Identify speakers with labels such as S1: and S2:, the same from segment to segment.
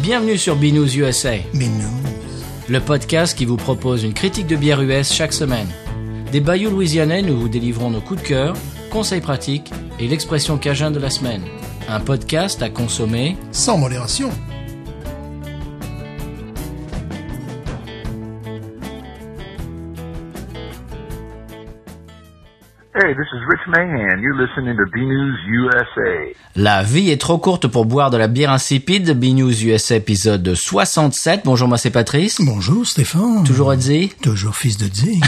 S1: Bienvenue sur Binous USA,
S2: Mais non.
S1: le podcast qui vous propose une critique de bière US chaque semaine. Des bayous louisianais, nous vous délivrons nos coups de cœur, conseils pratiques et l'expression cajun de la semaine. Un podcast à consommer.
S2: Sans modération.
S3: Hey, this is Rich Mahan. You're listening to B News USA.
S1: La vie est trop courte pour boire de la bière insipide. Binous USA épisode 67. Bonjour, moi c'est Patrice.
S2: Bonjour Stéphane.
S1: Toujours Edzi.
S2: Toujours fils de digne.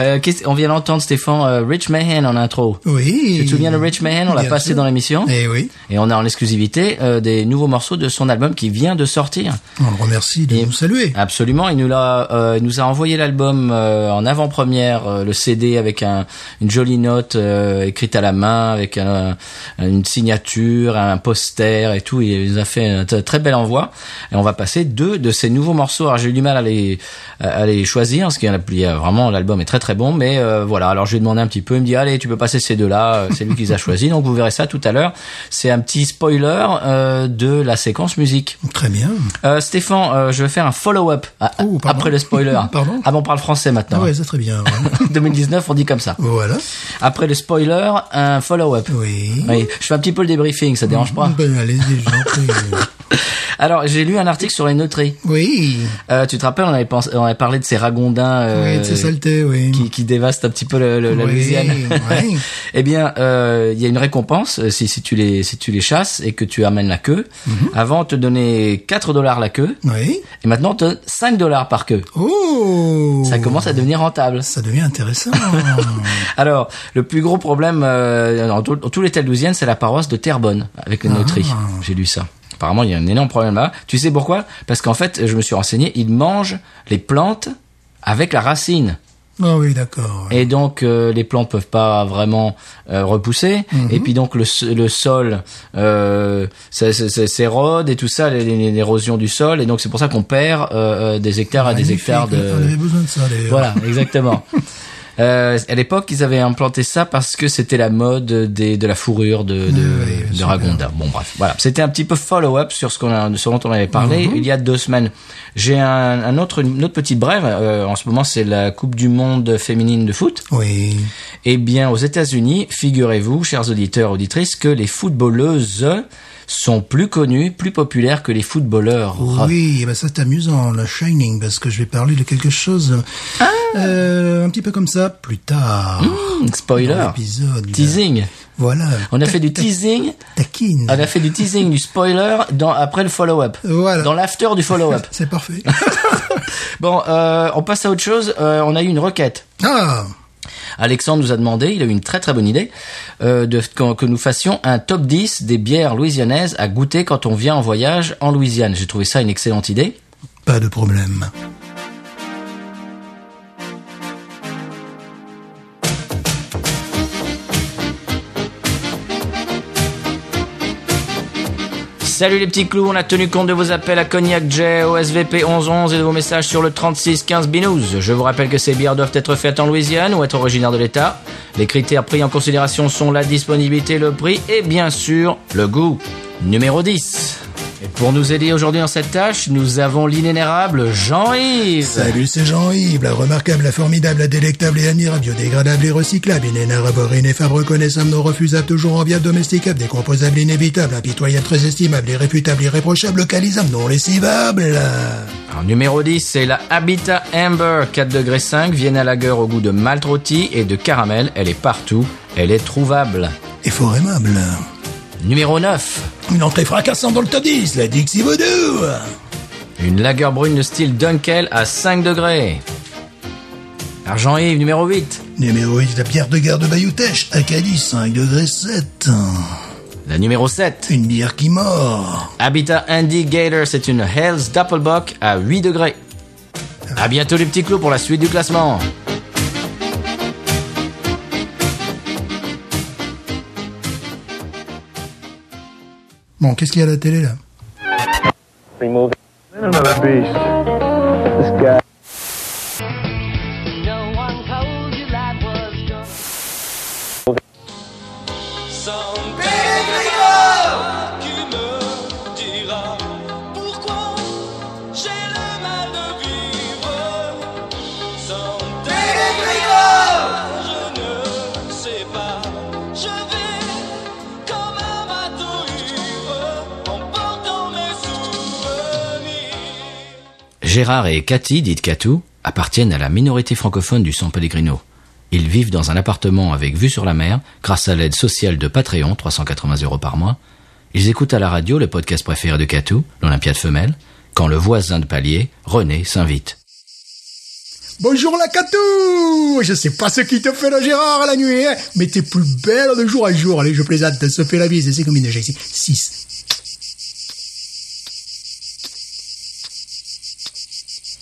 S1: Euh, qu'est-ce- on vient d'entendre Stéphane euh, Rich Mahan en intro.
S2: oui.
S1: Tu te souviens de Rich Mahan On l'a
S2: Bien
S1: passé
S2: sûr.
S1: dans l'émission.
S2: Eh oui.
S1: Et on a en exclusivité euh, des nouveaux morceaux de son album qui vient de sortir.
S2: On le remercie de
S1: Et- Ah.
S2: nous saluer.
S1: Absolument, il nous l'a, euh, il nous a envoyé l'album euh, en avant-première, euh, le CD avec un, une jolie note euh, écrite à la main, avec un- une signature, un poster et tout. Il nous a fait un t- très bel envoi. Et on va passer deux de ces nouveaux morceaux. Alors j'ai eu du mal à les, à les choisir parce qu'il y en a, il y a vraiment l'album est très très bon. Mais euh, voilà, alors je lui ai demandé un petit peu. Il me dit allez, tu peux passer ces deux-là. Euh, C'est lui qui les a choisis. Donc vous verrez ça tout à l'heure. C'est un petit spoiler euh, de la séquence musique.
S2: Très bien.
S1: Euh, Stéphane, euh, je vais faire un follow-up à-
S2: Oh, pardon.
S1: après le spoiler.
S2: Pardon
S1: Ah bon, on parle français
S2: Ah
S1: maintenant. hein.
S2: ouais, c'est très bien. ouais.
S1: 2019, on dit comme ça.
S2: voilà.
S1: Après le spoiler, un follow-up.
S2: Oui.
S1: Oui, je fais un petit peu le débriefing, ça dérange pas.
S2: Ben, allez-y, je vous en prie.
S1: Alors, j'ai lu un article sur les neutrés.
S2: Oui.
S1: Euh, tu te rappelles, on avait, pensé, on avait parlé de ces ragondins euh,
S2: oui, de ses saletés, oui.
S1: qui, qui dévastent un petit peu le- le- la
S2: Oui,
S1: Louisiane.
S2: oui.
S1: eh bien, euh, il y a une récompense euh, si, si, tu les, si tu les chasses et que tu amènes la queue.
S2: Mhm.
S1: Avant, on te donnait 4 dollars la queue.
S2: Oui.
S1: Et maintenant, on te donne 5 dollars par queue.
S2: Oh.
S1: Ça commence à devenir rentable.
S2: Ça devient intéressant. Ah
S1: Alors, le plus gros problème euh, dans tout, dans tout l'État de Louisiane, c'est la paroisse de Terrebonne, avec les noteries. J'ai lu ça. Apparemment, il y a un énorme problème là. Tu sais pourquoi Parce qu'en fait, je me suis renseigné, ils mangent les plantes avec la racine.
S2: Ah oui, d'accord.
S1: Et donc, euh, les plantes peuvent pas vraiment euh, repousser. Et puis donc, le, s- le sol euh, ça- ça- ça s'érode et tout ça, les- les- l'érosion du sol. Et donc, c'est pour ça qu'on perd euh, euh, des hectares à des
S2: Magnifique,
S1: hectares de...
S2: On avait besoin de ça, d'ailleurs.
S1: Voilà, exactement. Euh, à l'époque, ils avaient implanté ça parce que c'était la mode des, de la fourrure de, de,
S2: oui,
S1: de
S2: c'est
S1: Ragondin. Bon, bref, voilà. C'était un petit peu follow-up sur ce qu'on a, sur dont on avait parlé
S2: Mhm.
S1: il y a deux semaines. J'ai un, un autre, une autre petite brève. Euh, en ce moment, c'est la Coupe du Monde féminine de foot.
S2: Oui.
S1: Eh bien, aux États-Unis, figurez-vous, chers auditeurs, auditrices, que les footballeuses sont plus connues, plus populaires que les footballeurs.
S2: Oui, eh ben ça c'est amusant, le Shining, parce que je vais parler de quelque chose
S1: Ah.
S2: euh, un petit peu comme ça plus tard.
S1: Hum, Spoiler.
S2: Dans l'épisode.
S1: Teasing.
S2: Voilà.
S1: On a
S2: Ta-
S1: fait du
S2: ta-
S1: teasing
S2: Taquine.
S1: On a fait du teasing, du spoiler dans, après le follow-up.
S2: Voilà.
S1: Dans l'after du follow-up.
S2: C'est parfait.
S1: Bon, euh, on passe à autre chose. Euh, on a eu une requête.
S2: ah
S1: Alexandre nous a demandé, il a eu une très très bonne idée, euh, de, que, que nous fassions un top 10 des bières louisianaises à goûter quand on vient en voyage en Louisiane. J'ai trouvé ça une excellente idée.
S2: Pas de problème.
S1: Salut les petits clous, on a tenu compte de vos appels à Cognac J, au SVP 1111 et de vos messages sur le 3615 Binous. Je vous rappelle que ces bières doivent être faites en Louisiane ou être originaires de l'État. Les critères pris en considération sont la disponibilité, le prix et bien sûr le goût. Numéro 10. Et pour nous aider aujourd'hui dans cette tâche, nous avons l'inénérable Jean-Yves.
S2: Salut, c'est Jean-Yves, la remarquable, la formidable, la délectable et admirable, biodégradable et recyclable, inénarrable, ineffable, reconnaissable, non refusable, toujours enviable, domesticable, décomposable, inévitable, impitoyable, très estimable, irréfutable, irréprochable, localisable, non lessivable.
S1: Alors, numéro 10, c'est la Habitat Amber 4 degrés 5, Vienne à lager au goût de malt rôti et de caramel. Elle est partout, elle est trouvable.
S2: Et fort aimable.
S1: Numéro 9,
S2: Une entrée fracassante dans le top 10, la Dixie Voodoo
S1: Une lagueur brune de style Dunkel à 5 degrés. Argent-Yves, numéro 8.
S2: Numéro 8, la bière de guerre de Bayoutèche, à Cali, 5 degrés 7.
S1: La numéro 7.
S2: Une bière qui mord.
S1: Habitat Andy Gator, c'est une Hell's Doppelbock à 8 degrés. À bientôt les petits clous pour la suite du classement.
S2: Bon, qu'est-ce qu'il y a à la télé, là
S4: remove another beast. This guy.
S5: No one told you life was good.
S6: Son bénévole qui me dira pour
S1: Gérard et Cathy, dite Catou, appartiennent à la minorité francophone du San Pellegrino. Ils vivent dans un appartement avec vue sur la mer, grâce à l'aide sociale de Patreon, 380 euros par mois. Ils écoutent à la radio le podcast préféré de Catou, l'Olympiade femelle, quand le voisin de palier, René, s'invite.
S2: Bonjour la Catou Je sais pas ce qui te fait le Gérard à la nuit, hein, mais t'es plus belle de jour à jour. Allez, je plaisante, se fait la bise, c'est comme une GC. 6.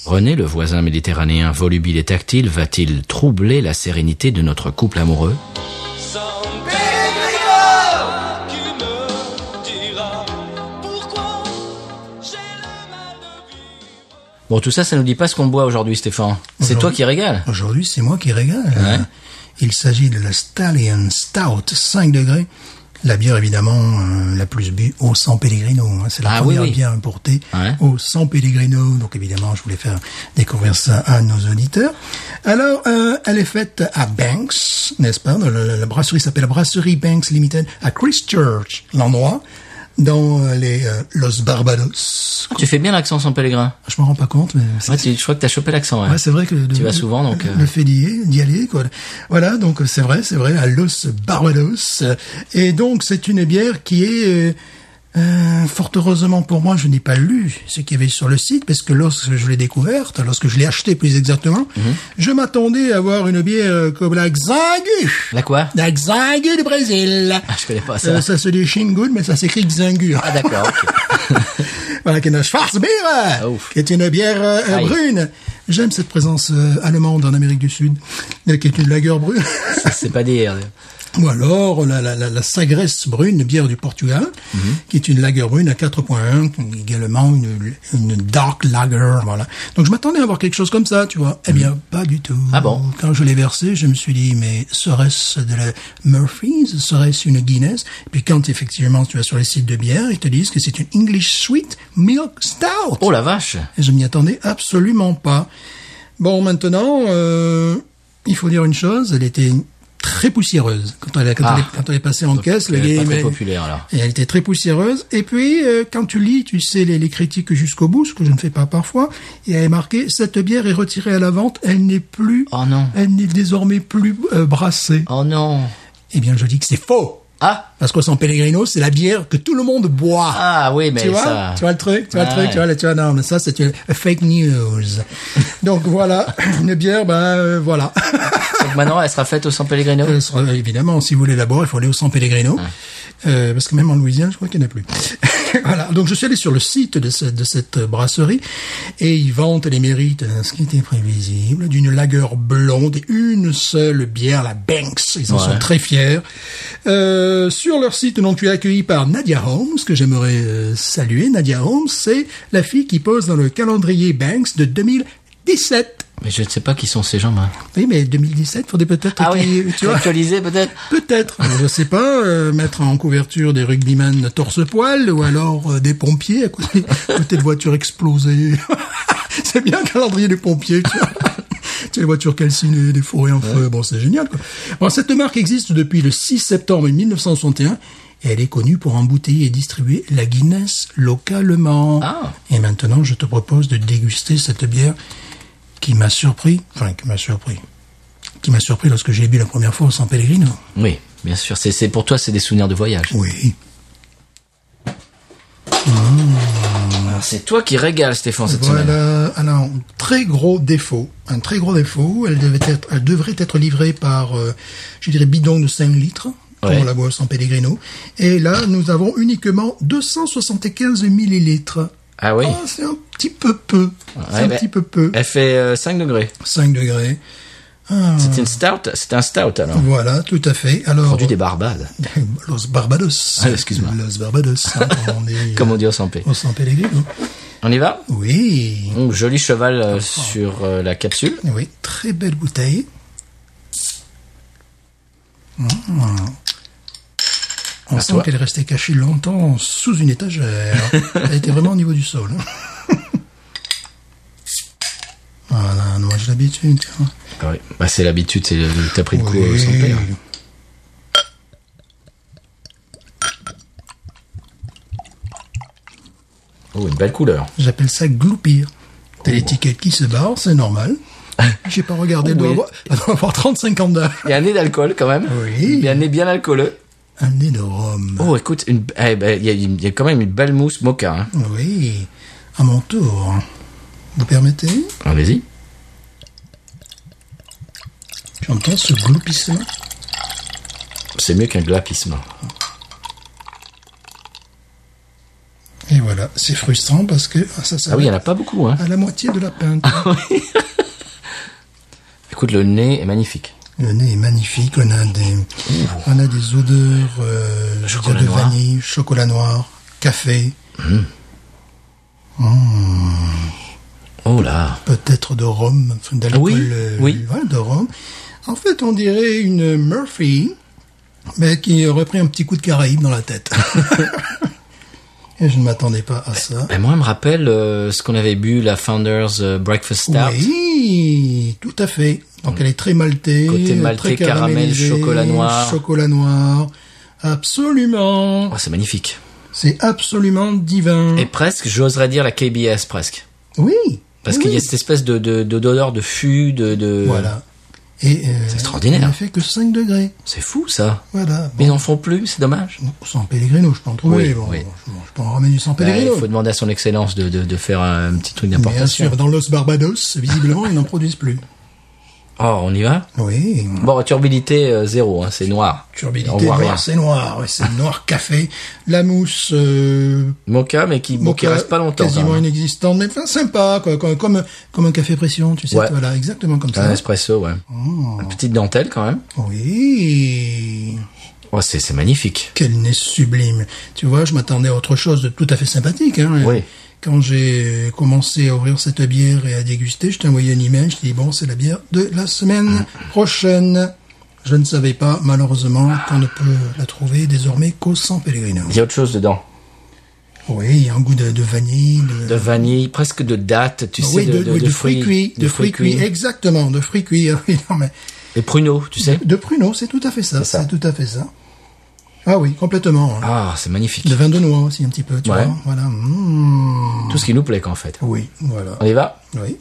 S1: René, le voisin méditerranéen volubile et tactile, va-t-il troubler la sérénité de notre couple amoureux
S6: qui me dira pourquoi j'ai le mal de vivre.
S1: Bon, tout ça, ça nous dit pas ce qu'on boit aujourd'hui, Stéphane. C'est
S2: Aujourd'hui.
S1: toi qui régale.
S2: Aujourd'hui, c'est moi qui régale. Il s'agit de la Stallion Stout 5 degrés. La bière, évidemment, euh, la plus bu au San Pellegrino. hein. C'est la
S1: Ah,
S2: première
S1: oui, oui.
S2: bière importée
S1: Ouais.
S2: au San Pellegrino. Donc, évidemment, je voulais faire découvrir ça à nos auditeurs. Alors, euh, elle est faite à Banks, n'est-ce pas Le- le- La brasserie s'appelle Brasserie Banks Limited à Christchurch, l'endroit, dans euh, les euh, Los Barbados.
S1: Tu fais bien l'accent San Pellegrin.
S2: Je m'en rends pas compte, mais Ah, c'est-
S1: Ouais, tu- je crois que t'as chopé l'accent. ouais.
S2: Ouais, c'est vrai que
S1: Tu vas souvent, donc, euh.
S2: le fait d'y d'y aller quoi. Voilà donc c'est vrai c'est vrai à Los Barbados et donc c'est une bière qui est euh, euh, fort heureusement pour moi je n'ai pas lu ce qu'il y avait sur le site parce que lorsque je l'ai découverte lorsque je l'ai achetée plus exactement
S1: Mhm.
S2: je m'attendais à avoir une bière euh, comme la Xangu
S1: La quoi
S2: la Xangu du Brésil
S1: Ah, Je connais pas ça.
S2: Euh, ça se dit Shingun mais ça s'écrit Xangu
S1: Ah d'accord, ok.
S2: voilà, qui est une Schwarzbier,
S1: Ouf.
S2: qui est une bière euh, euh,
S1: Aïe.
S2: brune. J'aime cette présence euh, allemande en Amérique du Sud, euh, qui est une lager brune.
S1: C'est pas des... euh,
S2: Ou alors la, la, la, la Sagres brune, bière du Portugal,
S1: Mhm.
S2: qui est une lager brune à 4.1, qui est également une, une dark lager. Voilà. Donc je m'attendais à avoir quelque chose comme ça, tu vois. Eh bien, pas du tout.
S1: Ah bon
S2: Quand je l'ai versée, je me suis dit, mais serait-ce de la Murphy's Serait-ce une Guinness Et puis quand effectivement tu vas sur les sites de bière, ils te disent que c'est une English Sweet Milk Stout.
S1: Oh la vache
S2: Et je m'y attendais absolument pas. Bon, maintenant, euh, il faut dire une chose, elle était très poussiéreuse. Quand elle, quand
S1: Ah.
S2: elle est, quand elle est passée en caisse, le
S1: elle est
S2: game...
S1: pas très
S2: est-
S1: populaire, alors.
S2: Et elle était très poussiéreuse. Et puis, euh, quand tu lis, tu sais, les, les critiques jusqu'au bout, ce que je ne fais pas parfois, il y avait marqué, cette bière est retirée à la vente, elle n'est plus...
S1: Oh non.
S2: Elle n'est désormais plus euh, brassée.
S1: Oh non
S2: Eh bien, je dis que c'est faux
S1: Ah
S2: parce qu'au San Pellegrino, c'est la bière que tout le monde boit.
S1: Ah oui, mais
S2: tu vois,
S1: ça-
S2: tu vois le truc, tu vois
S1: Ah
S2: le truc,
S1: ouais.
S2: tu vois, le- tu vois, non, mais ça c'est une fake news. Donc voilà, une bière, ben euh, voilà.
S1: Donc maintenant, elle sera faite au San Pellegrino
S2: Euh, sur- euh, Évidemment, si vous voulez la boire, il faut aller au San Pellegrino, Euh, parce que même en Louisiane, je crois qu'il n'y en a plus. voilà. Donc je suis allé sur le site de, ce- de cette brasserie et ils vantent les mérites, euh, ce qui était prévisible, d'une lagueur blonde et une seule bière, la Banks. Ils en
S1: Ouais.
S2: sont très fiers. Euh, sur leur site, donc tu es accueilli par Nadia Holmes, que j'aimerais euh, saluer. Nadia Holmes, c'est la fille qui pose dans le calendrier Banks de 2017.
S1: Mais je ne sais pas qui sont ces gens, moi.
S2: Oui, mais 2017, faudrait peut-être
S1: Ah oui,
S2: qu'il- tu vois.
S1: actualisé peut-être
S2: Peut-être, je sais pas, euh, mettre en couverture des rugbyman torse-poil ou alors euh, des pompiers à côté, à côté de voitures explosées. c'est bien le calendrier des pompiers. Tu vois. Tu as les voitures calcinées, des forêts en feu, bon c'est génial quoi. Bon, cette marque existe depuis le 6 septembre 1961 et elle est connue pour embouteiller et distribuer la Guinness localement.
S1: Ah.
S2: Et maintenant je te propose de déguster cette bière qui m'a surpris, enfin qui m'a surpris, qui m'a surpris lorsque j'ai bu la première fois au San Pellegrino.
S1: Oui, bien sûr. C'est, c'est- pour toi, c'est des souvenirs de voyage.
S2: Oui.
S1: C'est toi qui régales, Stéphane, cette semaine.
S2: Voilà. Alors, très gros défaut. Un très gros défaut. Elle, devait être, elle devrait être livrée par, euh, je dirais, bidon de 5 litres. Pour
S1: Ouais.
S2: la boisson Pellegrino. Et là, nous avons uniquement 275 millilitres.
S1: Ah oui.
S2: Oh, c'est un petit peu peu. C'est
S1: Ouais,
S2: un
S1: mais-
S2: petit peu peu.
S1: Elle fait euh, 5 degrés.
S2: 5 degrés. Ah.
S1: C'est une stout C'est un stout, alors.
S2: Voilà, tout à fait. Alors,
S1: Produit des Barbades.
S2: Los Barbados.
S1: Ah, excuse-moi.
S2: Los Barbados. hein, comme on dit,
S1: Comme on
S2: euh,
S1: dit au San P.
S2: Au San Pellegrino.
S1: On y va
S2: Oui.
S1: Hum, Joli cheval
S2: Ah,
S1: euh, sur euh, la capsule.
S2: Oui, très belle bouteille. Mmh. On sent
S1: toi.
S2: qu'elle restait cachée longtemps sous une étagère. Elle était vraiment au niveau du sol. hein. voilà, moi j'ai l'habitude. tu vois.
S1: Ah oui. Bah, c'est l'habitude, c'est le- t'as pris le coup au San P. hein. Oh, une belle couleur. Oh,
S2: J'appelle ça gloupir. T'as l'étiquette qui se barre, c'est normal. J'ai pas regardé, elle doit
S1: Oui.
S2: avoir, elle doit avoir 35 ans d'âge.
S1: Il y a un nez d'alcool quand même.
S2: Oui.
S1: Il y a un nez bien alcooleux.
S2: Un nez de rhum.
S1: Oh, écoute, une- eh ben, il y, a une- il y a quand même une belle mousse mocha. hein.
S2: Oui, à mon tour. Vous permettez
S1: Allez-y.
S2: J'entends ce gloupissement.
S1: C'est mieux qu'un glapissement.
S2: Et voilà, c'est frustrant parce que ah, ça, ça
S1: Ah oui, il n'y
S2: va
S1: en a Ah. pas beaucoup. Hein.
S2: à la moitié de la pinte.
S1: Écoute, le nez est magnifique.
S2: Le nez est magnifique, on a des, on a des odeurs euh, je
S1: Chocolat
S2: dirais de
S1: noir.
S2: vanille, chocolat noir, café,
S1: Oh là.
S2: peut-être de rhum, enfin, d'alcool,
S1: Oui,
S2: euh,
S1: oui.
S2: ouais, de rhum. En fait, on dirait une Murphy, mais qui aurait pris un petit coup de Caraïbe dans la tête. Et je ne m'attendais pas à ça.
S1: Ben moi, elle me rappelle euh, ce qu'on avait bu, la Founders euh, Breakfast Stout.
S2: Oui, tout à fait. Donc elle est très maltée,
S1: Hmm. Côté maltais,
S2: très
S1: caramel,
S2: caramélisée,
S1: chocolat noir.
S2: chocolat noir. Absolument.
S1: Oh, c'est magnifique.
S2: C'est absolument divin.
S1: Et presque, j'oserais dire la KBS, presque.
S2: oui.
S1: Parce
S2: oui,
S1: qu'il y a
S2: oui.
S1: cette espèce de de d'odeur de, fût, de... de...
S2: Voilà. Et euh,
S1: extraordinaire.
S2: Il ne fait que 5 degrés.
S1: C'est fou, ça.
S2: Voilà.
S1: Mais ils
S2: Bon,
S1: n'en font plus, c'est dommage.
S2: Sans Pellegrino, je peux en trouver.
S1: Oui,
S2: bon,
S1: oui.
S2: Je, bon, je peux en ramener sans
S1: Ben,
S2: Pellegrino.
S1: il faut demander à son excellence de, de, de faire un petit truc
S2: Bien
S1: d'importation.
S2: sûr, dans l'os Barbados, visiblement, ils n'en produisent plus.
S1: Oh, on y va
S2: Oui.
S1: Bon, turbidité euh, zéro, hein, c'est noir. on
S2: Turbidité
S1: voit rien.
S2: noire, c'est noir. ouais, c'est noir café. La mousse, euh,
S1: Mocha, mais qui, bon, qui
S2: mocha,
S1: reste pas longtemps.
S2: euh, Quasiment
S1: quand même.
S2: inexistante, mais enfin, sympa, quoi. Comme, comme, comme un café pression, tu sais.
S1: Ouais.
S2: Voilà, exactement
S1: Un
S2: comme ça.
S1: espresso, ouais.
S2: Oh.
S1: Une petite dentelle, quand même.
S2: Oui.
S1: Oh, c'est c'est magnifique.
S2: Quel nez sublime. Tu vois, je m'attendais à autre chose de tout à fait sympathique. Hein.
S1: Oui.
S2: Quand j'ai commencé à ouvrir cette bière et à déguster, je t'envoyais une image, je t'ai dit, bon, c'est la bière de la semaine prochaine. Je ne savais pas, malheureusement, qu'on ne peut la trouver désormais qu'au San Pellegrino.
S1: Il y a autre chose dedans.
S2: Oui, il y a un goût de, de vanille, de,
S1: De vanille, presque de date, tu
S2: oui,
S1: sais,
S2: de, oui, de fruits cuits, de, fruits cuits,
S1: Et...
S2: exactement, de fruits cuits. Ah oui, non, mais
S1: pruneaux, tu sais.
S2: de pruneaux, c'est tout à fait ça,
S1: ça.
S2: c'est tout à fait ça. Ah oui, complètement. hein.
S1: Ah, c'est magnifique.
S2: De vin de noix aussi un petit peu, tu
S1: Ouais.
S2: vois. Voilà. Mmh.
S1: Tout ce qui nous plaît, quoi, en fait.
S2: Oui, voilà.
S1: On y va
S2: Oui.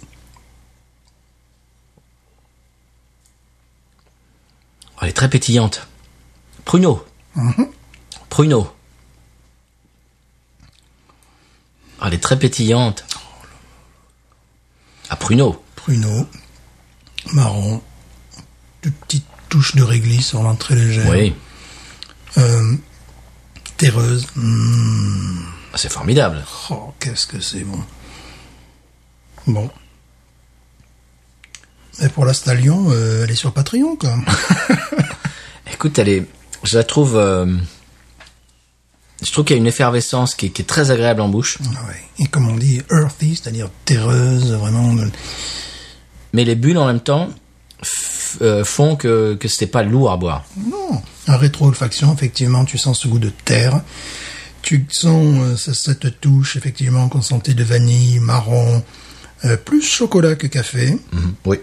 S1: Oh, Elle est très pétillante. Pruneaux.
S2: Mm-hmm.
S1: Pruneaux. Ah, elle est très pétillante. Ah, pruneaux.
S2: Pruneau, marron, de petites touches de réglisse en l'entrée légère.
S1: Oui.
S2: Euh, terreuse. Mmh.
S1: Ah, C'est formidable.
S2: Oh, qu'est-ce que c'est bon. Bon. Mais pour la Stallion, euh, elle est sur Patreon, quoi.
S1: Écoute, elle est, je la trouve, euh, je trouve qu'il y a une effervescence qui, est- qui est très agréable en bouche,
S2: Ah Ouais. Et comme on dit, earthy, c'est-à-dire terreuse, vraiment. euh, de-
S1: mais les bulles en même temps f- euh, font que que c'était pas lourd à boire.
S2: Non. Un rétro-olfaction, effectivement, tu sens ce goût de terre. Tu sens euh, ce- cette touche, effectivement, qu'on sentait de vanille, marron, euh, plus chocolat que café.
S1: Oui.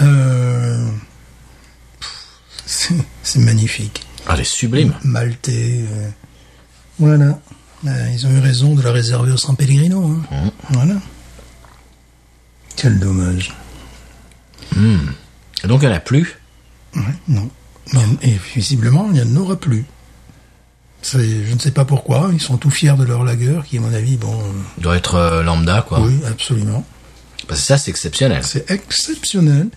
S2: Euh, pff, C'est c'est magnifique.
S1: Ah, Elle est sublime.
S2: Maltais. euh, Voilà. Euh, Ils ont eu raison de la réserver au San Pellegrino. hein. Voilà. Quel dommage.
S1: Et Donc il n'y en a plus.
S2: Non. Non, Et visiblement, il n'y en aura plus. C'est- Je ne sais pas pourquoi. Ils sont tout fiers de leur lagueur, qui, à mon avis, bon. euh,
S1: Il doit être euh, lambda quoi.
S2: Oui, absolument.
S1: Parce que ça c'est exceptionnel.
S2: C'est exceptionnel.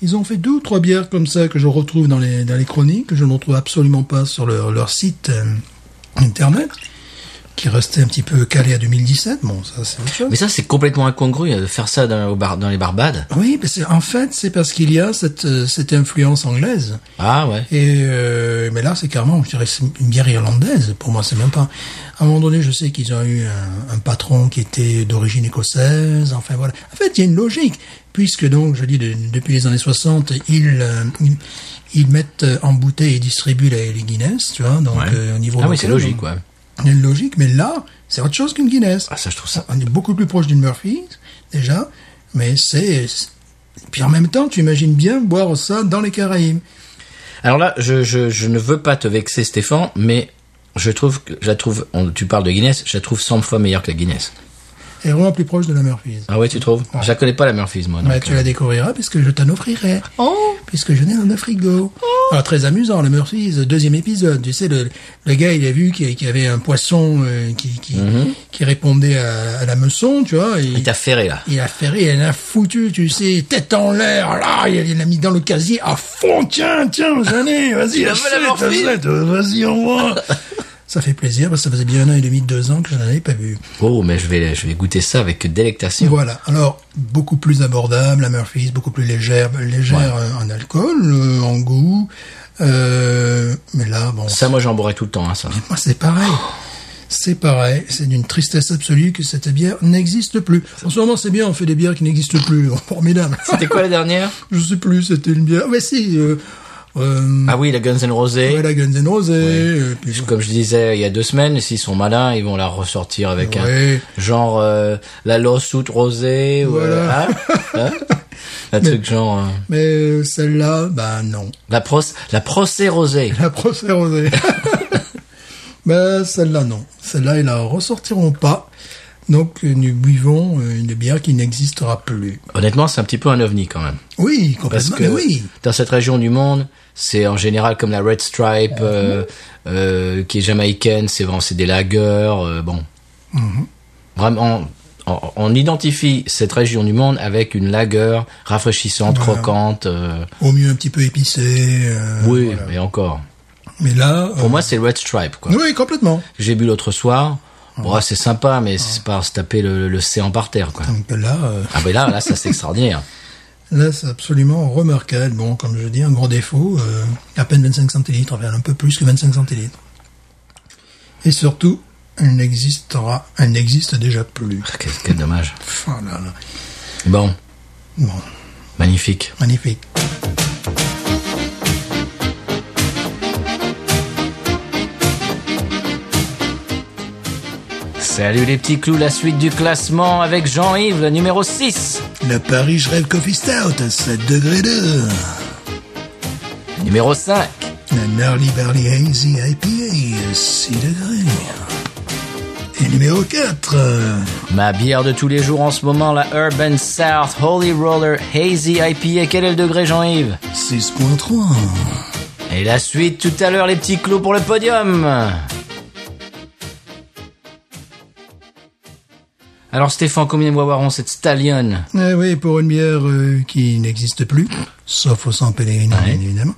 S2: Ils ont fait deux ou trois bières comme ça que je retrouve dans les, dans les chroniques, que je ne retrouve absolument pas sur leur, leur site euh, internet, qui restait un petit peu calé à 2017. Bon, ça, c'est autre chose.
S1: Mais ça c'est complètement incongru euh, de faire ça dans, au bar- dans les Barbades.
S2: Oui, mais c'est- en fait, c'est parce qu'il y a cette, euh, cette influence anglaise.
S1: Ah ouais.
S2: Et euh, mais là, c'est carrément, je dirais, c'est une bière irlandaise. Pour moi, c'est même pas. À un moment donné, je sais qu'ils ont eu un, un patron qui était d'origine écossaise. Enfin voilà. En fait, il y a une logique, puisque donc, je dis, de- depuis les années 60, ils, euh, ils, ils mettent en bouteille et distribuent les, les Guinness, tu vois. Donc euh, au niveau
S1: Ah oui
S2: local,
S1: c'est logique
S2: donc,
S1: ouais.
S2: Il y a une logique, mais là, c'est autre chose qu'une Guinness.
S1: Ah ça je trouve ça.
S2: On est beaucoup plus proche d'une Murphy, déjà, mais c'est... c'est- Puis en même temps, tu imagines bien boire ça dans les Caraïbes.
S1: Alors là, je, je, je ne veux pas te vexer, Stéphane, mais je trouve que je la trouve. on- tu parles de Guinness, je la trouve 100 fois meilleure que la Guinness.
S2: est vraiment plus proche de la Murphy's.
S1: Ah ouais, tu trouves
S2: Ouais.
S1: Je la connais pas la Murphy's, moi. donc,
S2: Bah, tu
S1: euh,
S2: la découvriras puisque je t'en offrirai.
S1: Oh
S2: Puisque je n'ai dans le frigo. Alors, très amusant, le Murphy's, deuxième épisode. Tu sais, le, le gars, il a vu qu'il y qu'il y avait un poisson euh, qui, qui, qui répondait à, à la meçon, tu vois. et-
S1: Mm-hmm. Il t'a ferré, là.
S2: il a ferré, il a foutu, tu sais, tête en l'air, là, il l'a mis dans le casier à fond, tiens, tiens, j'en ai, vas-y,
S1: l'as fait, la
S2: achète,
S1: morphine.
S2: achète, vas-y, envoie. ça fait plaisir, parce que ça faisait bien un an et demi, deux ans que je n'en avais pas vu.
S1: Oh, mais je vais, je vais goûter ça avec délectation.
S2: Voilà, alors, beaucoup plus abordable, la Murphy's, beaucoup plus légère, légère euh, en alcool, euh, en goût, euh, mais là, bon,
S1: Ça, moi, j'en boirais tout le temps, hein, ça.
S2: moi, c'est pareil. C'est pareil, c'est d'une tristesse absolue que cette bière n'existe plus. En ce moment, c'est bien, on fait des bières qui n'existent plus. Oh, Formidable.
S1: C'était quoi la dernière
S2: Je sais plus, c'était une bière. Mais si, euh, euh,
S1: Ah oui, la Guns N' Roses.
S2: ouais, la Guns N' Roses. euh, puis bon.
S1: Comme je disais il y a deux semaines, s'ils sont malins, ils vont la ressortir avec
S2: Ouais.
S1: un genre euh, la lawsuit rosée ou
S2: Voilà.
S1: euh, hein, hein, un truc genre euh,
S2: Mais euh, celle-là, bah non.
S1: la pros la procès rosée.
S2: La procès rosée. bah celle-là, non. Celle-là, ils la ressortiront pas. Donc, euh, nous buvons euh, une bière qui n'existera plus.
S1: Honnêtement, c'est un petit peu un ovni quand même
S2: Oui,
S1: parce
S2: complètement.
S1: que
S2: Ah, mais oui.
S1: dans cette région du monde, c'est en général comme la Red
S2: Ah,
S1: Stripe euh, euh, qui est jamaïcaine, c'est vraiment c'est des lagers euh, bon.
S2: Mhm.
S1: Vraiment on, on identifie cette région du monde avec une lager rafraîchissante,
S2: Voilà.
S1: croquante. euh,
S2: Au mieux un petit peu épicé. euh,
S1: oui,
S2: voilà.
S1: mais encore.
S2: Mais là. euh,
S1: Pour moi, c'est le Red Stripe, quoi.
S2: Oui, complètement.
S1: J'ai bu l'autre soir. Bon, ah, c'est sympa, mais c'est pas se taper le, le séant par terre, quoi.
S2: Donc là, euh,
S1: Ah, mais là, là, ça, c'est extraordinaire.
S2: Là, c'est absolument remarquable. Bon, comme je dis, un gros défaut, euh, à peine 25 centilitres, enfin un peu plus que 25 centilitres. Et surtout, elle n'existera, elle n'existe déjà plus.
S1: Quel, quel dommage.
S2: Oh là là.
S1: Bon,
S2: Bon,
S1: magnifique.
S2: magnifique.
S1: Salut les petits clous, la suite du classement avec Jean-Yves, le numéro 6.
S2: Le Paris Shred Coffee Stout à 7 degrés 2.
S1: Numéro 5.
S2: La Gnarly Barley Hazy IPA à 6 degrés. Et numéro euh, 4.
S1: Ma bière de tous les jours en ce moment, la Urban South Holy Roller Hazy IPA. Quel est le degré, Jean-Yves
S2: 6.3.
S1: Et la suite tout à l'heure, les petits clous pour le podium. Alors Stéphane, combien de boirons cette stallion
S2: Eh oui, pour une bière euh, qui n'existe plus, sauf au San Pellegrino, bien évidemment.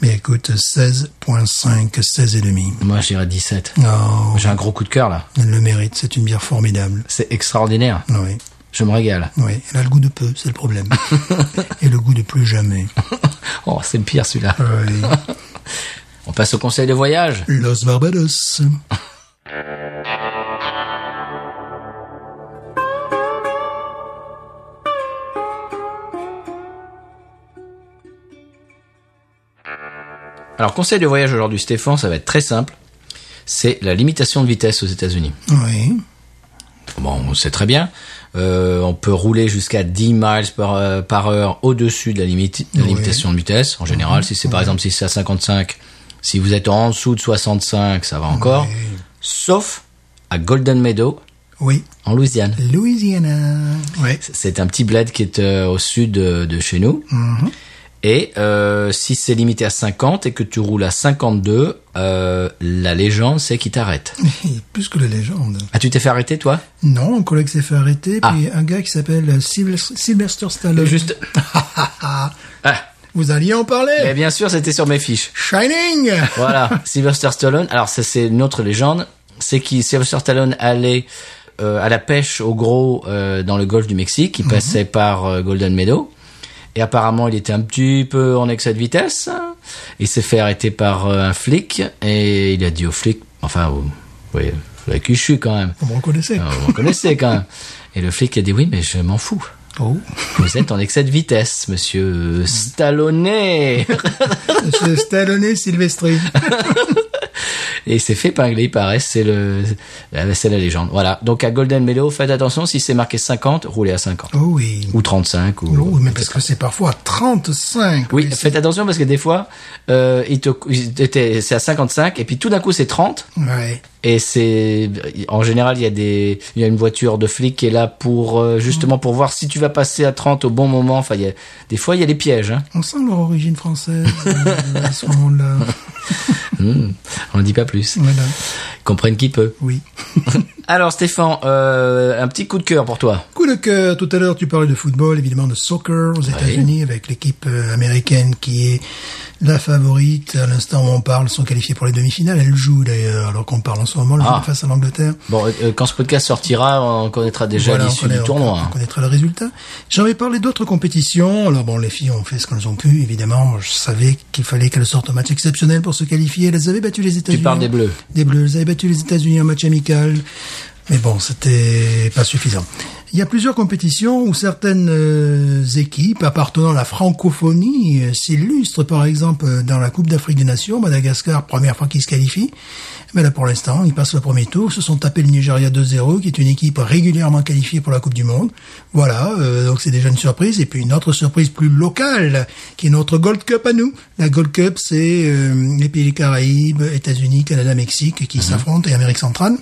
S2: Mais écoute, 16.5, 16,5.
S1: Moi j'irais 17.
S2: Oh,
S1: J'ai un gros coup de cœur là.
S2: elle le mérite, c'est une bière formidable.
S1: C'est extraordinaire.
S2: Oui,
S1: Je me régale.
S2: oui, elle a le goût de peu, c'est le problème. Et le goût de plus jamais.
S1: Oh, c'est le pire celui-là.
S2: Oui.
S1: On passe au conseil de voyage.
S2: Los Barbados.
S1: Alors conseil de voyage aujourd'hui Stéphane, ça va être très simple. C'est la limitation de vitesse aux États-Unis.
S2: Oui,
S1: Bon, on sait très bien. Euh, on peut rouler jusqu'à 10 miles par, euh, par heure au-dessus de la, limite, de la
S2: Oui. Mhm.
S1: limitation de vitesse. En général, si c'est par exemple si c'est à 55, si vous êtes en dessous de 65, ça va encore.
S2: Oui.
S1: Sauf à Golden Meadow,
S2: oui,
S1: en Louisiane.
S2: Louisiana. Oui,
S1: C'est un petit bled qui est euh, au sud de, de chez nous. Et euh, si c'est limité à 50 et que tu roules à 52, euh, la légende c'est qu'ils t'arrêtent.
S2: plus que la légende.
S1: Ah, tu t'es fait arrêter toi
S2: Non, un collègue s'est fait arrêter,
S1: Ah.
S2: puis un gars qui s'appelle Sylvester Sylvester Stallone.
S1: Juste. Ah,
S2: Vous alliez en parler
S1: mais bien sûr, c'était sur mes fiches.
S2: Shining
S1: voilà, Sylvester Stallone. Alors ça c'est une autre légende, c'est qu'il Sylvester Stallone allait euh, à la pêche au gros euh, dans le golfe du Mexique, il passait par euh, Golden Meadow. Et apparemment, il était un petit peu en excès de vitesse. Il s'est fait arrêter par euh, un flic et il a dit au flic, enfin, au- oui, la qui je suis quand même.
S2: Vous me reconnaissez
S1: Alors, Vous me connaissez quand même. Et le flic a dit oui, mais je m'en fous.
S2: Oh.
S1: Vous êtes en excès de vitesse, monsieur Stallone.
S2: Monsieur Stallone Silvestri.
S1: Et il s'est fait pingler, il paraît. C'est le, euh, c'est la légende. Voilà. Donc à Golden Meadow, faites attention si c'est marqué 50, roulez à 50
S2: Oh oui.
S1: ou 35 ou.
S2: Oh, mais parce que c'est parfois 35.
S1: Oui,
S2: Mais c'est-
S1: faites attention parce que des fois, euh, il te, il était- c'est à 55 et puis tout d'un coup c'est 30
S2: Ouais.
S1: Et c'est en général il y a des il y a une voiture de flic qui est là pour euh, justement pour voir si tu vas passer à 30 au bon moment. Enfin, il y a, des fois il y a des pièges. Hein.
S2: On sent leur origine française euh, à ce moment-là.
S1: Hmm. On ne dit pas plus.
S2: Voilà.
S1: Ils comprennent qui peut.
S2: Oui.
S1: Alors Stéphane, euh, un petit coup de cœur pour toi.
S2: Coup de cœur, tout à l'heure tu parlais de football, évidemment de soccer aux États-Unis avec l'équipe euh, américaine qui est la favorite. À l'instant où on parle, sont qualifiés pour les demi-finales. Elle joue d'ailleurs, alors qu'on parle en ce moment, elle joue
S1: Ah.
S2: face à l'Angleterre.
S1: Bon, euh, quand ce podcast sortira, on connaîtra déjà
S2: Voilà, on
S1: l'issue
S2: connaît-
S1: du tournoi.
S2: On
S1: hein.
S2: connaîtra le résultat. J'avais parlé d'autres compétitions. Alors bon, les filles ont fait ce qu'elles ont pu. Évidemment, je savais qu'il fallait qu'elles sortent un match exceptionnel pour se qualifier. Elles avaient battu les États-Unis.
S1: parles des Bleus.
S2: Des Bleus. Elles avaient battu les États-Unis en match amical. Mais bon, c'était pas suffisant. Il y a plusieurs compétitions où certaines euh, équipes appartenant à la francophonie euh, s'illustrent. Par exemple, euh, dans la Coupe d'Afrique des Nations, Madagascar, première fois qu'ils se qualifient. Mais là, pour l'instant, ils passent le premier tour, se sont tapés le Nigeria 2-0, qui est une équipe régulièrement qualifiée pour la Coupe du Monde. Voilà, euh, donc c'est déjà une surprise. Et puis une autre surprise plus locale, qui est notre Gold Cup à nous. La Gold Cup, c'est euh, les pays des Caraïbes, États-Unis, Canada, Mexique, qui s'affrontent, et Amérique centrale.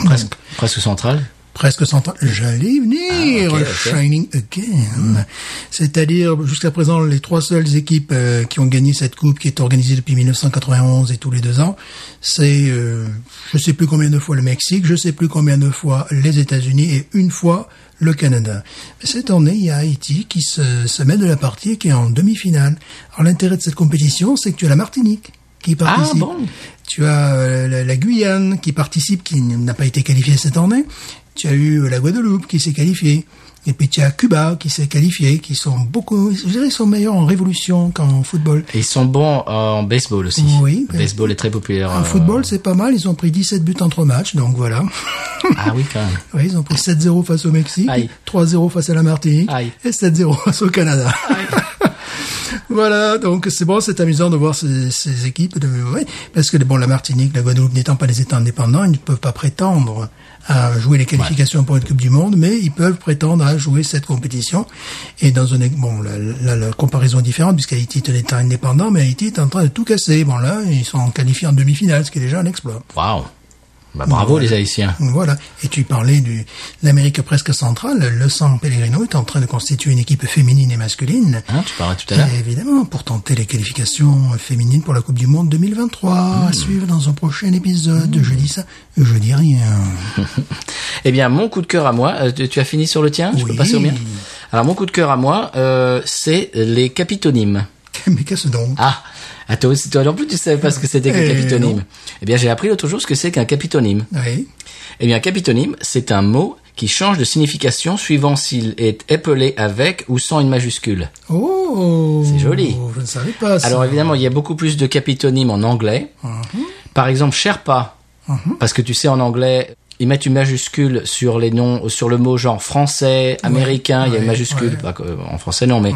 S2: Mmh.
S1: Presque, presque central.
S2: Presque 100 ans. J'allais y venir.
S1: Ah, ok, ok.
S2: Shining again. C'est-à-dire, jusqu'à présent, les trois seules équipes euh, qui ont gagné cette coupe, qui est organisée depuis 1991 et tous les deux ans, c'est, euh, je sais plus combien de fois le Mexique, je sais plus combien de fois les États-Unis et une fois le Canada. Cette année, il y a Haïti qui se, se met de la partie et qui est en demi-finale. Alors, l'intérêt de cette compétition, c'est que tu as la Martinique qui participe.
S1: bon
S2: Tu as euh, la, la Guyane qui participe, qui n- n'a pas été qualifiée cette année. Tu as eu euh, la Guadeloupe qui s'est qualifiée. Et puis tu as Cuba qui s'est qualifiée, qui sont beaucoup, je dirais, ils sont meilleurs en révolution qu'en football.
S1: Et ils sont bons en baseball aussi.
S2: Oui.
S1: Le baseball est très populaire.
S2: En
S1: euh,
S2: football, c'est pas mal. Ils ont pris 17 buts en trois matchs, donc voilà.
S1: Ah oui, quand même.
S2: Oui, ils ont pris 7-0 face au Mexique,
S1: Aïe.
S2: 3-0 face à la Martinique
S1: Aïe.
S2: et 7-0 face au Canada. voilà, donc c'est bon, c'est amusant de voir ces, ces équipes. De, ouais, parce que bon, la Martinique, la Guadeloupe n'étant pas des États indépendants, ils ne peuvent pas prétendre à jouer les qualifications pour une Coupe du Monde, mais ils peuvent prétendre à jouer cette compétition. Et dans un bon, la, la- la comparaison est différente puisqu'Haïti est un État indépendant, mais Haïti est en train de tout casser. Bon là, ils sont qualifiés en demi-finale, ce qui est déjà un exploit.
S1: Waouh. Bah, bravo
S2: Ouais.
S1: les Haïtiens.
S2: Voilà. Et tu parlais du, l'Amérique presque centrale. Le San Pellegrino est en train de constituer une équipe féminine et masculine.
S1: Hein, tu parlais tout à l'heure.
S2: Et Évidemment, pour tenter les qualifications féminines pour la Coupe du Monde 2023.
S1: Hmm.
S2: À suivre dans un prochain épisode. Je dis ça, je dis rien.
S1: Eh bien, mon coup de cœur à moi, euh, tu, tu as fini sur le tien Je peux
S2: Oui.
S1: passer au mien Alors, mon coup de cœur à moi, euh, c'est les capitonymes.
S2: Mais qu'est-ce donc
S1: Ah Attends, aussi, toi non plus, tu savais pas ce que c'était qu'un
S2: Eh,
S1: capitonyme.
S2: non.
S1: Eh bien, j'ai appris l'autre jour ce que c'est qu'un capitonyme.
S2: Oui.
S1: Eh bien, un capitonyme, c'est un mot qui change de signification suivant s'il est épelé avec ou sans une majuscule.
S2: Oh
S1: C'est joli.
S2: Je ne savais pas ça. Ah.
S1: Alors évidemment, il y a beaucoup plus de capitonymes en anglais. Par exemple, Sherpa,
S2: Mhm.
S1: parce que tu sais en anglais, ils mettent une majuscule sur les noms, sur le mot genre français, américain. il y a une
S2: ouais,
S1: majuscule
S2: ouais. Mhm.
S1: pas que- euh, en français non, mais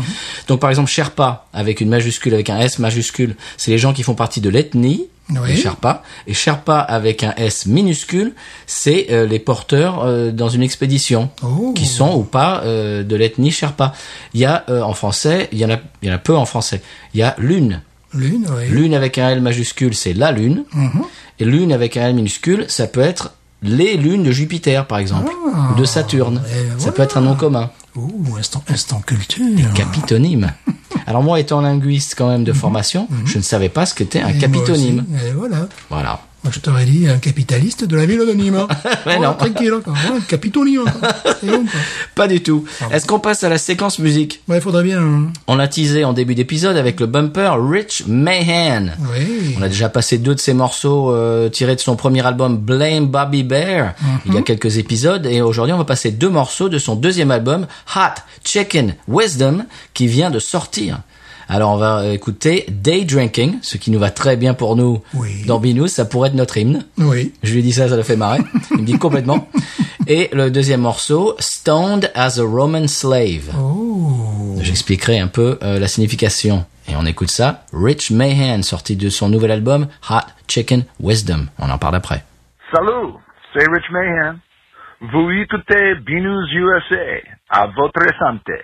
S1: donc par exemple Sherpa avec une majuscule avec un S majuscule, c'est les gens qui font partie de l'ethnie.
S2: Oui.
S1: Les Sherpa et Sherpa avec un S minuscule, c'est euh, les porteurs euh, dans une expédition
S2: Oh.
S1: qui sont ou pas euh, de l'ethnie Sherpa. Il y a euh, en français, il y en a, il y en a peu en français. Il y a lune.
S2: Lune, oui. Mhm.
S1: Lune avec un L majuscule, c'est la lune. Et lune avec un L minuscule, ça peut être les lunes de Jupiter, par exemple, ou de Saturne.
S2: eh,
S1: ça
S2: voilà.
S1: peut être un nom commun.
S2: Oh, instant, instant culture.
S1: Capitonyme. Alors moi, étant linguiste quand même de formation, je ne savais pas ce qu'était un
S2: Mhm. Et
S1: capitonyme.
S2: moi aussi. Et voilà.
S1: Voilà.
S2: Moi, je t'aurais dit un capitaliste de la ville de Nîmes.
S1: Ouais,
S2: Voilà,
S1: non.
S2: Tranquille, encore. Voilà, un capitolien. encore. C'est bon, quoi.
S1: Pas du tout.
S2: Ah
S1: Est-ce qu'on passe à la séquence musique
S2: Ouais, il faudrait bien. hein.
S1: On l'a teasé en début d'épisode avec le bumper Rich Mahan.
S2: Oui.
S1: On a déjà passé deux de ses morceaux euh, tirés de son premier album Blame Bobby Bear il y a quelques épisodes et aujourd'hui on va passer deux morceaux de son deuxième album Hot Chicken Wisdom qui vient de sortir. Alors on va euh, écouter Day Drinking, ce qui nous va très bien pour nous
S2: Oui.
S1: dans Binous, ça pourrait être notre hymne.
S2: Oui.
S1: Je lui ai dit ça, ça le fait marrer. Il me dit complètement. Et le deuxième morceau, Stoned as a Roman Slave.
S2: Oh,
S1: J'expliquerai un peu euh, la signification. Et on écoute ça. Rich Mahan, sorti de son nouvel album Hot Chicken Wisdom. On en parle après.
S3: Salut, c'est Rich Mahan. Vous écoutez Binous USA. À votre santé.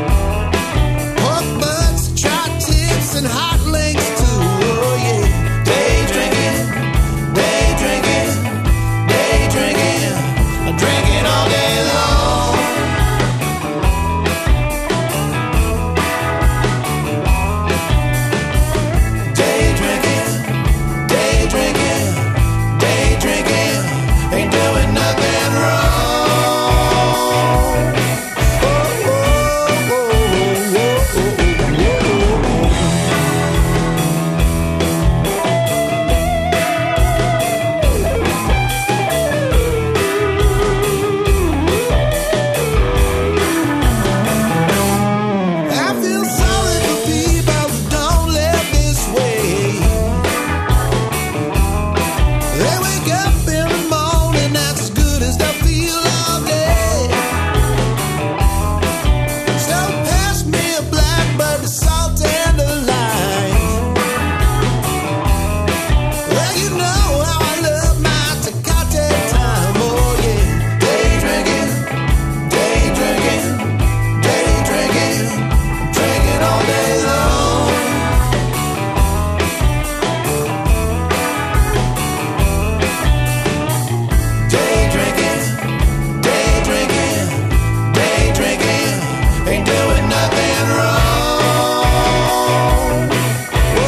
S6: Oh, They wake up in the morning, that's good as they feel all day. So pass me a blackbird, the salt and the lime. Well, you know how I love my Tecate time, oh yeah. Day drinking, day drinking, day drinking, drinking all day long. Day drinking, day drinking, day drinking, ain't doing nothing wrong. oh,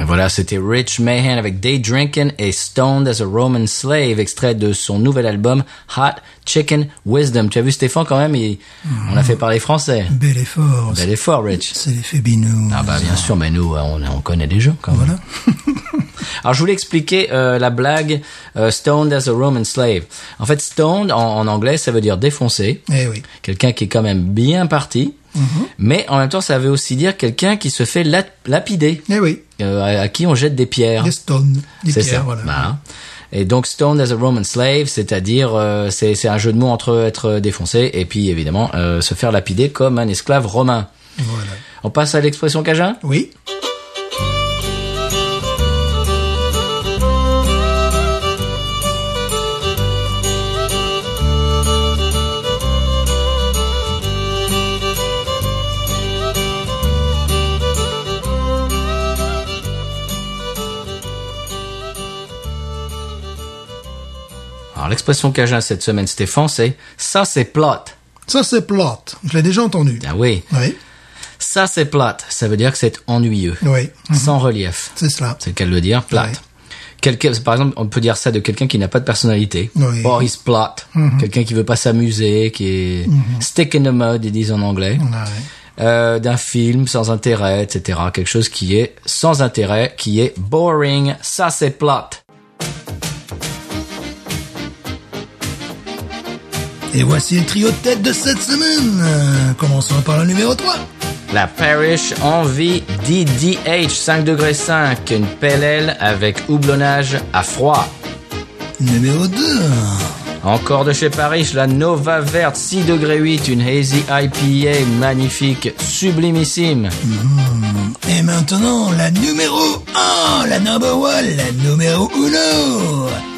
S1: Et Voilà, c'était Rich Mahan avec Day Drinking et Stoned as a Roman Slave, extrait de son nouvel album Hot Chicken Wisdom. Tu as vu Stéphane quand même, il- on a fait parler français.
S2: Bel effort.
S1: Bel effort, Rich.
S2: C'est l'effet Binou.
S1: Ah bah bien sûr, mais nous, euh, on, on connaît des gens quand même. Alors je voulais expliquer euh, la blague euh, Stoned as a Roman Slave. En fait, stoned en, en anglais, ça veut dire défoncé.
S2: Eh oui.
S1: Quelqu'un qui est quand même bien parti.
S2: Mhm.
S1: Mais en même temps, ça veut aussi dire quelqu'un qui se fait lap- lapider,
S2: Eh oui.
S1: euh, à, à qui on jette des pierres.
S2: Des stones. Des
S1: Ah. C'est
S2: pierres,
S1: ça. Bah.
S2: voilà.
S1: Voilà. Et donc stoned as a Roman slave, c'est-à-dire euh, c'est c'est un jeu de mots entre être défoncé et puis évidemment euh, se faire lapider comme un esclave romain.
S2: Voilà.
S1: On passe à l'expression cajun
S2: Oui.
S1: Alors l'expression cajun cette semaine Stéphane c'est ça c'est plot.
S2: Ça, c'est plot. Je l'ai déjà entendu.
S1: Ah oui,
S2: Oui.
S1: ça c'est plate, ça veut dire que c'est ennuyeux,
S2: Oui.
S1: sans relief.
S2: Mhm. C'est cela.
S1: C'est le cas de le dire, plate.
S2: Ouais.
S1: Quelqu'un, par exemple, on peut dire ça de quelqu'un qui n'a pas de personnalité.
S2: Oui. Mhm.
S1: Or, he's plat. Quelqu'un qui veut pas s'amuser, qui est stick in the mud, ils disent en anglais.
S2: Ah, ouais.
S1: Euh, D'un film sans intérêt, etc. Quelque chose qui est sans intérêt, qui est boring. Ça, c'est plat.
S2: Et voici le trio de tête de cette semaine. Euh, commençons par le numéro 3.
S1: La Parish Envie DDH 5 degrés 5. Une pelle avec houblonnage à froid.
S2: Numéro 2.
S1: Encore de chez Paris, la Nova Verte 6 degrés 8, une Hazy IPA magnifique, sublimissime.
S2: Et maintenant, la numéro 1. La number one, la numéro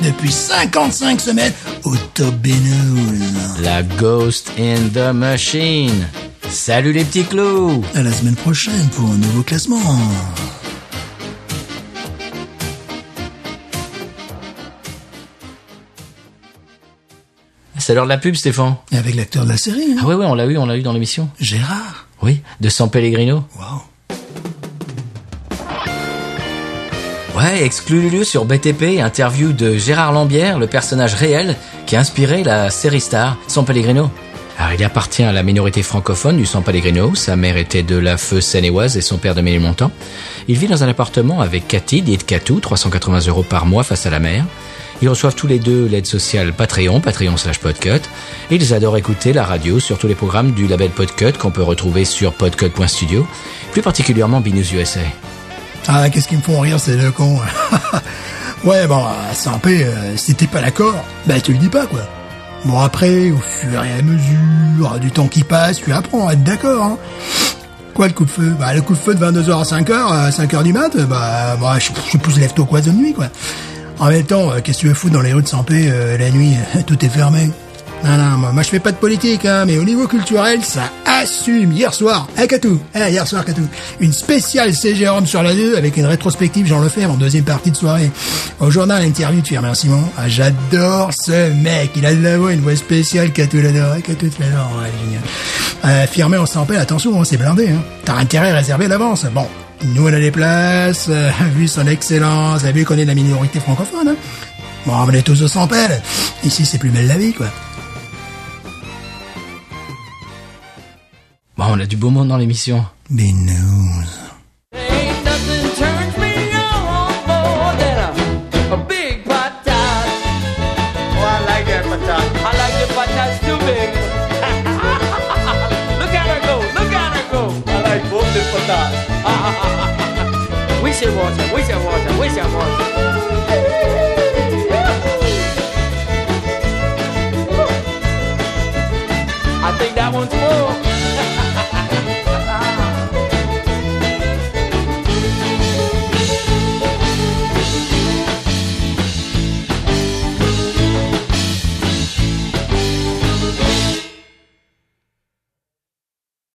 S2: 1. Depuis 55 semaines, au top Bénoz.
S1: La Ghost in the Machine. Salut les petits clous
S2: À la semaine prochaine pour un nouveau classement.
S1: C'est l'heure de la pub, Stéphane.
S2: Et Avec l'acteur de la série, hein,
S1: Ah oui, oui, on l'a eu, on l'a eu dans l'émission.
S2: Gérard.
S1: Oui, de San Pellegrino.
S2: Waouh.
S1: Ouais, exclu Lulu sur BTP, interview de Gérard Lambière, le personnage réel qui a inspiré la série star San Pellegrino. Alors, il appartient à la minorité francophone du San Pellegrino. Sa mère était de la feu Seine-et-Oise et son père de Ménilmontant. Il vit dans un appartement avec Cathy, dite Catou, 380 euros par mois face à la mer. Ils reçoivent tous les deux l'aide sociale Patreon, Patreon slash Podcut. Et ils adorent écouter la radio sur tous les programmes du label Podcut qu'on peut retrouver sur podcut.studio, plus particulièrement Binus USA.
S2: Ah, qu'est-ce qu'ils me font rire, ces deux cons. ouais, bon, Sampé, euh, si t'es pas d'accord, ben tu le dis pas, quoi. Bon, après, au fur et à mesure du temps qui passe, tu apprends à être d'accord, hein. Quoi, le coupe-feu Bah, le coupe-feu de 22h à 5h, à 5h du mat, bah, moi, je, je pousse lève-tôt quoi de nuit, quoi. En même temps, euh, qu'est-ce que tu veux foutre dans les rues de Sampé euh, la nuit Tout est fermé. Non, non, moi, moi, je fais pas de politique, hein, mais au niveau culturel, ça assume. Hier soir, à Catou, hein, hier soir, Catou, une spéciale CG Rome sur la 2 avec une rétrospective Jean Lefebvre en deuxième partie de soirée. Au journal, interview de Firmin Simon. Ah, j'adore ce mec, il a de la voix, une voix spéciale, Catou l'adore, hein, Catou tu l'adores, ouais, génial. Euh, Firmin, on s'en pèle, attention, hein, c'est blindé, hein. T'as intérêt à réserver d'avance. Bon. Nous, on a des places, euh, vu son excellence, vu qu'on est de la minorité francophone, hein. Bon, on est tous au sans pelle. Ici, c'est plus belle la vie, quoi.
S1: Bon, on a du beau monde dans l'émission.
S2: Des news.
S5: Ain't nothing turns me on more than a, a big patat. Oh, I like that patat. I like the patats too big. look at her go, look at her go. I like both the patats. we should watch her, we should watch her, we should watch her. I think that one's full.